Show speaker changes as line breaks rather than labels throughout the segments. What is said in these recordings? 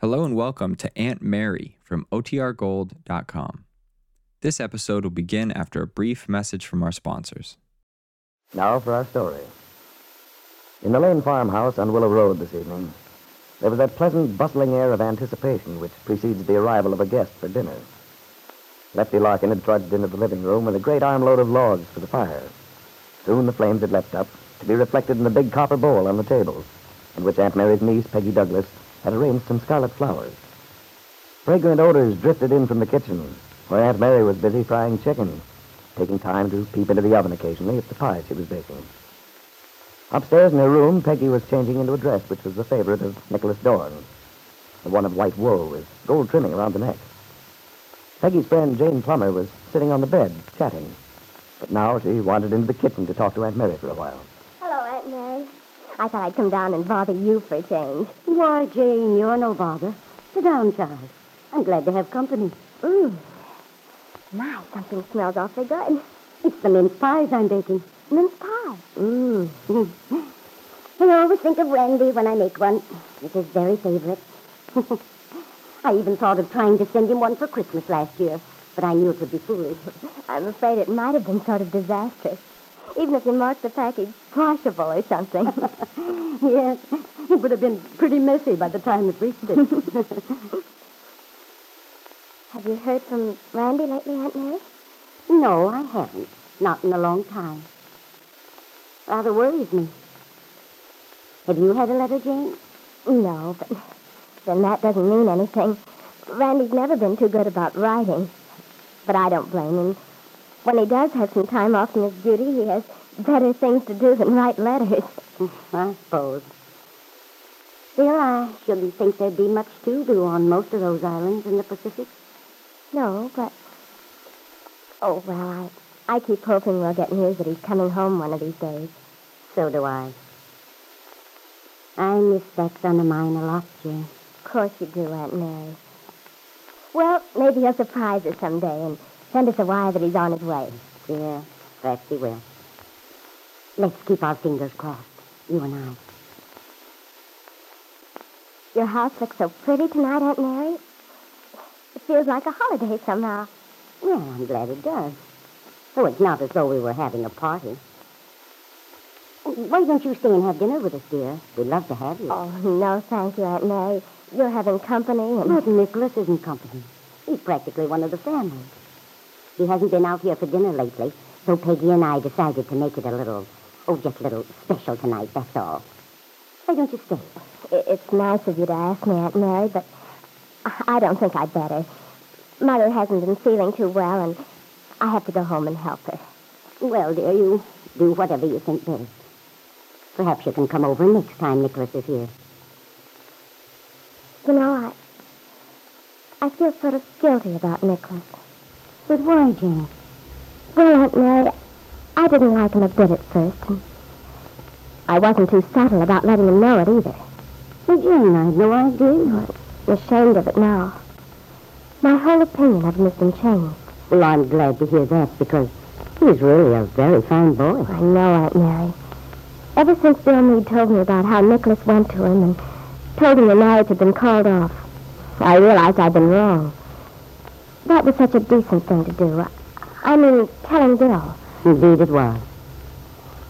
Hello and welcome to Aunt Mary from OTRGold.com. This episode will begin after a brief message from our sponsors.
Now for our story. In the Lane farmhouse on Willow Road this evening, there was that pleasant, bustling air of anticipation which precedes the arrival of a guest for dinner. Lefty Larkin had trudged into the living room with a great armload of logs for the fire. Soon the flames had leapt up, to be reflected in the big copper bowl on the table, in which Aunt Mary's niece, Peggy Douglas, had arranged some scarlet flowers. Fragrant odors drifted in from the kitchen, where Aunt Mary was busy frying chicken, taking time to peep into the oven occasionally at the pie she was baking. Upstairs in her room, Peggy was changing into a dress which was the favorite of Nicholas Dorn, the one of white wool with gold trimming around the neck. Peggy's friend Jane Plummer was sitting on the bed, chatting, but now she wandered into the kitchen to talk to Aunt Mary for a while.
Hello, Aunt Mary. I thought I'd come down and bother you for a change.
Why, Jane, you're no bother. Sit down, child. I'm glad to have company.
Ooh. My, something smells awfully good.
It's the mince pies I'm baking.
Mince pie.
Mmm.
I always think of Randy when I make one. It's his very favorite.
I even thought of trying to send him one for Christmas last year, but I knew it would be foolish.
I'm afraid it might have been sort of disastrous. Even if you marked the package washable or something.
yes, it would have been pretty messy by the time it reached it.
have you heard from Randy lately, Aunt Mary?
no, I haven't. Not in a long time. Rather worries me. Have you had a letter, Jane?
No, but then that doesn't mean anything. Randy's never been too good about writing, but I don't blame him. When he does have some time off from his duty, he has better things to do than write letters.
I suppose. Still, I shouldn't think there'd be much to do on most of those islands in the Pacific.
No, but oh well, I I keep hoping we'll get news that he's coming home one of these days.
So do I. I miss that son of mine a lot, Jane.
Of course you do, Aunt Mary. Well, maybe he'll surprise us someday and send us a wire that he's on his way.
Yeah, perhaps he will. Let's keep our fingers crossed, you and I.
Your house looks so pretty tonight, Aunt Mary. It feels like a holiday somehow.
Well, I'm glad it does. Oh, it's not as though we were having a party. Why don't you stay and have dinner with us, dear? We'd love to have you.
Oh, no, thank you, Aunt Mary. You're having company and...
But Nicholas isn't company. He's practically one of the family. He hasn't been out here for dinner lately, so Peggy and I decided to make it a little, oh, just a little special tonight, that's all. Why don't you stay?
I- It's nice of you to ask me, Aunt Mary, but I- I don't think I'd better. Mother hasn't been feeling too well, and I have to go home and help her.
Well, dear, you do whatever you think best. Perhaps you can come over next time Nicholas is here.
You know, I, I feel sort of guilty about Nicholas.
But why, Jane?
Well, Aunt Mary, I didn't like him a bit at first, and I wasn't too subtle about letting him know it either.
Well, Jane, I had no idea.
I'm ashamed of it now. My whole opinion of him has been changed.
Well, I'm glad to hear that because he's really a very fine boy.
I know, Aunt Mary. Ever since Bill Meade told me about how Nicholas went to him and told him the marriage had been called off, I realized I'd been wrong. That was such a decent thing to do. I mean, telling Bill.
Indeed, it was.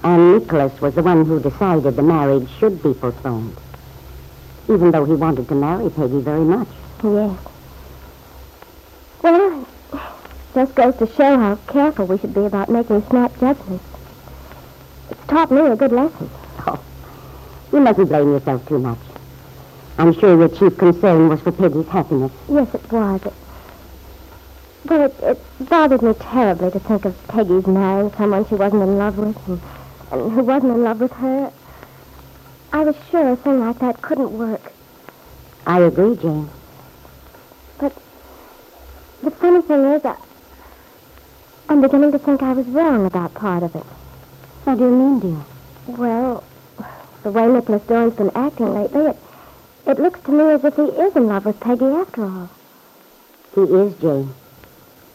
And Nicholas was the one who decided the marriage should be postponed. Even though he wanted to marry Peggy very much.
Yes. Well, it just goes to show how careful we should be about making snap judgments. It's taught me a good lesson.
You mustn't blame yourself too much. I'm sure your chief concern was for Peggy's happiness.
Yes, it was. It, well, it, it bothered me terribly to think of Peggy's marrying someone she wasn't in love with and, and who wasn't in love with her. I was sure a thing like that couldn't work.
I agree, Jane.
The funny thing is, I, I'm beginning to think I was wrong about part of it.
How do you mean, dear?
Well, the way Nicholas Dorn's been acting lately, it, it looks to me as if he is in love with Peggy after all.
He is, Jane.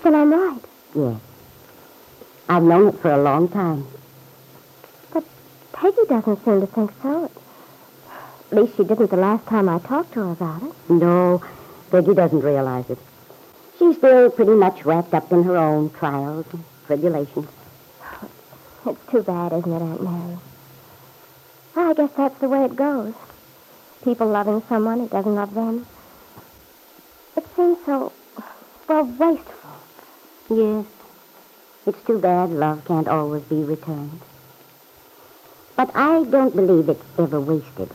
Then I'm right.
Yes. I've known it for a long time.
Peggy doesn't seem to think so. At least she didn't the last time I talked to her about it.
No, Peggy doesn't realize it. She's still pretty much wrapped up in her own trials and tribulations.
It's too bad, isn't it, Aunt Mary? Well, I guess that's the way it goes. People loving someone who doesn't love them. It seems so, well, wasteful.
Yes. It's too bad love can't always be returned. But I don't believe it's ever wasted.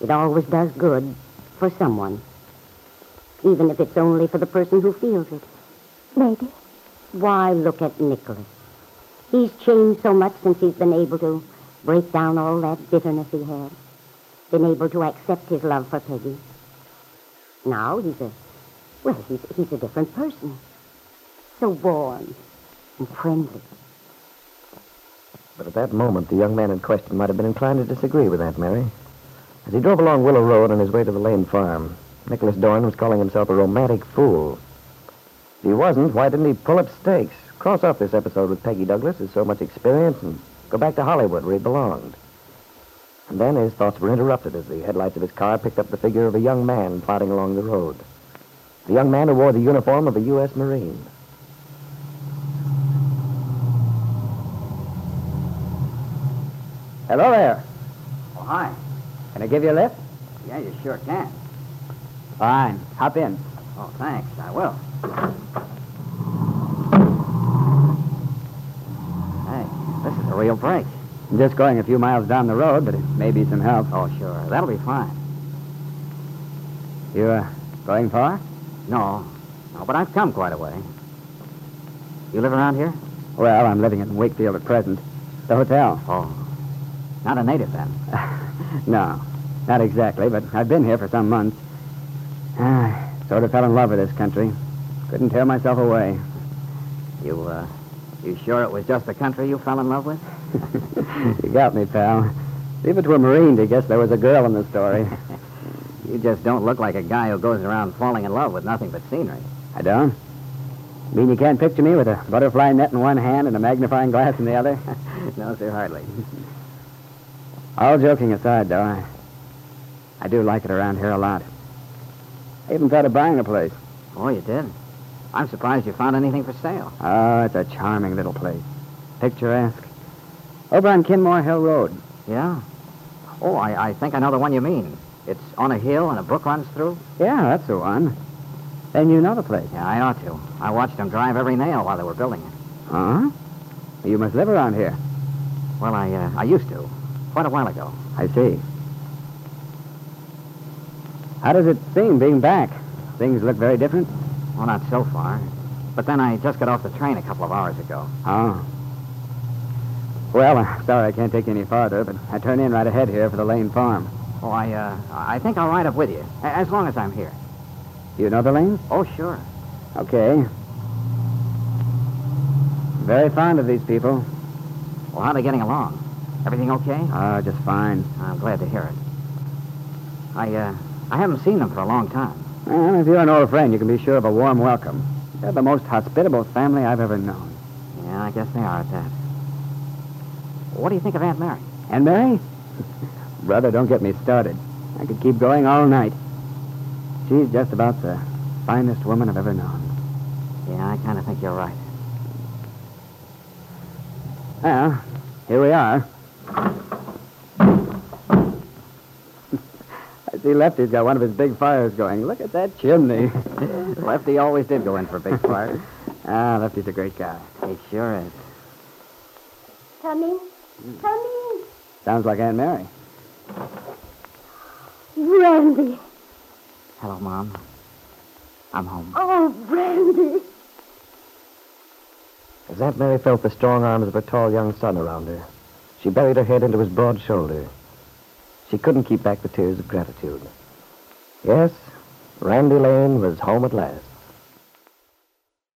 It always does good for someone. Even if it's only for the person who feels it.
Maybe.
Why, look at Nicholas. He's changed so much since he's been able to break down all that bitterness he had. Been able to accept his love for Peggy. Now he's a, well, he's, he's a different person. So warm and friendly.
But at that moment, the young man in question might have been inclined to disagree with Aunt Mary. As he drove along Willow Road on his way to the Lane Farm, Nicholas Dorn was calling himself a romantic fool. If he wasn't, why didn't he pull up stakes, cross off this episode with Peggy Douglas as so much experience, and go back to Hollywood where he belonged? And then his thoughts were interrupted as the headlights of his car picked up the figure of a young man plodding along the road. The young man who wore the uniform of a U.S. Marine. Hello there.
Oh, hi.
Can I give you a lift?
Yeah, you sure can.
Fine. Hop in.
Oh, thanks. I will. Hey, this is a real break.
I'm just going a few miles down the road, but it may be some help.
Oh, sure. That'll be fine.
You uh, going far?
No, no, but I've come quite a way. You live around here?
Well, I'm living in Wakefield at present. The hotel.
Oh. Not a native, then.
No, not exactly, but I've been here for some months. Ah, sort of fell in love with this country. Couldn't tear myself away.
You, uh, you sure it was just the country you fell in love with?
You got me, pal. Leave it to a Marine to guess there was a girl in the story.
You just don't look like a guy who goes around falling in love with nothing but scenery.
I don't. Mean you can't picture me with a butterfly net in one hand and a magnifying glass in the other?
no, sir, hardly.
All joking aside, though, I, I do like it around here a lot. I even thought of buying a place.
Oh, you did? I'm surprised you found anything for sale.
Oh, it's a charming little place. Picturesque. Over on Kinmore Hill Road.
Yeah? Oh, I, I think I know the one you mean. It's on a hill and a brook runs through.
Yeah, that's the one. Then you know the place.
Yeah, I ought to. I watched them drive every nail while they were building it.
Huh? You must live around here.
Well, I, uh, I used to, quite a while ago.
I see. How does it seem being back? Things look very different.
Well, not so far. But then I just got off the train a couple of hours ago.
Oh. Well, I'm sorry I can't take you any farther, but I turn in right ahead here for the Lane Farm.
Oh, I, uh, I think I'll ride up with you, a- as long as I'm here.
You know the lanes?
Oh, sure.
Okay. Very fond of these people.
Well, how are they getting along? Everything okay?
Ah, just fine.
I'm glad to hear it. I, uh, I haven't seen them for a long time.
Well, if you're an old friend, you can be sure of a warm welcome. They're the most hospitable family I've ever known.
Yeah, I guess they are at that. What do you think of Aunt Mary?
And Mary? Brother, don't get me started. I could keep going all night. She's just about the finest woman I've ever known.
Yeah, I kind of think you're right.
Well, here we are. I see Lefty's got one of his big fires going. Look at that chimney.
Lefty always did go in for big fires.
ah, Lefty's a great guy.
he sure is.
Come in. Come
Sounds like Aunt Mary.
in. Randy.
Hello, Mom. I'm home.
Oh, Randy.
As Aunt Mary felt the strong arms of her tall young son around her, she buried her head into his broad shoulder. She couldn't keep back the tears of gratitude. Yes, Randy Lane was home at last.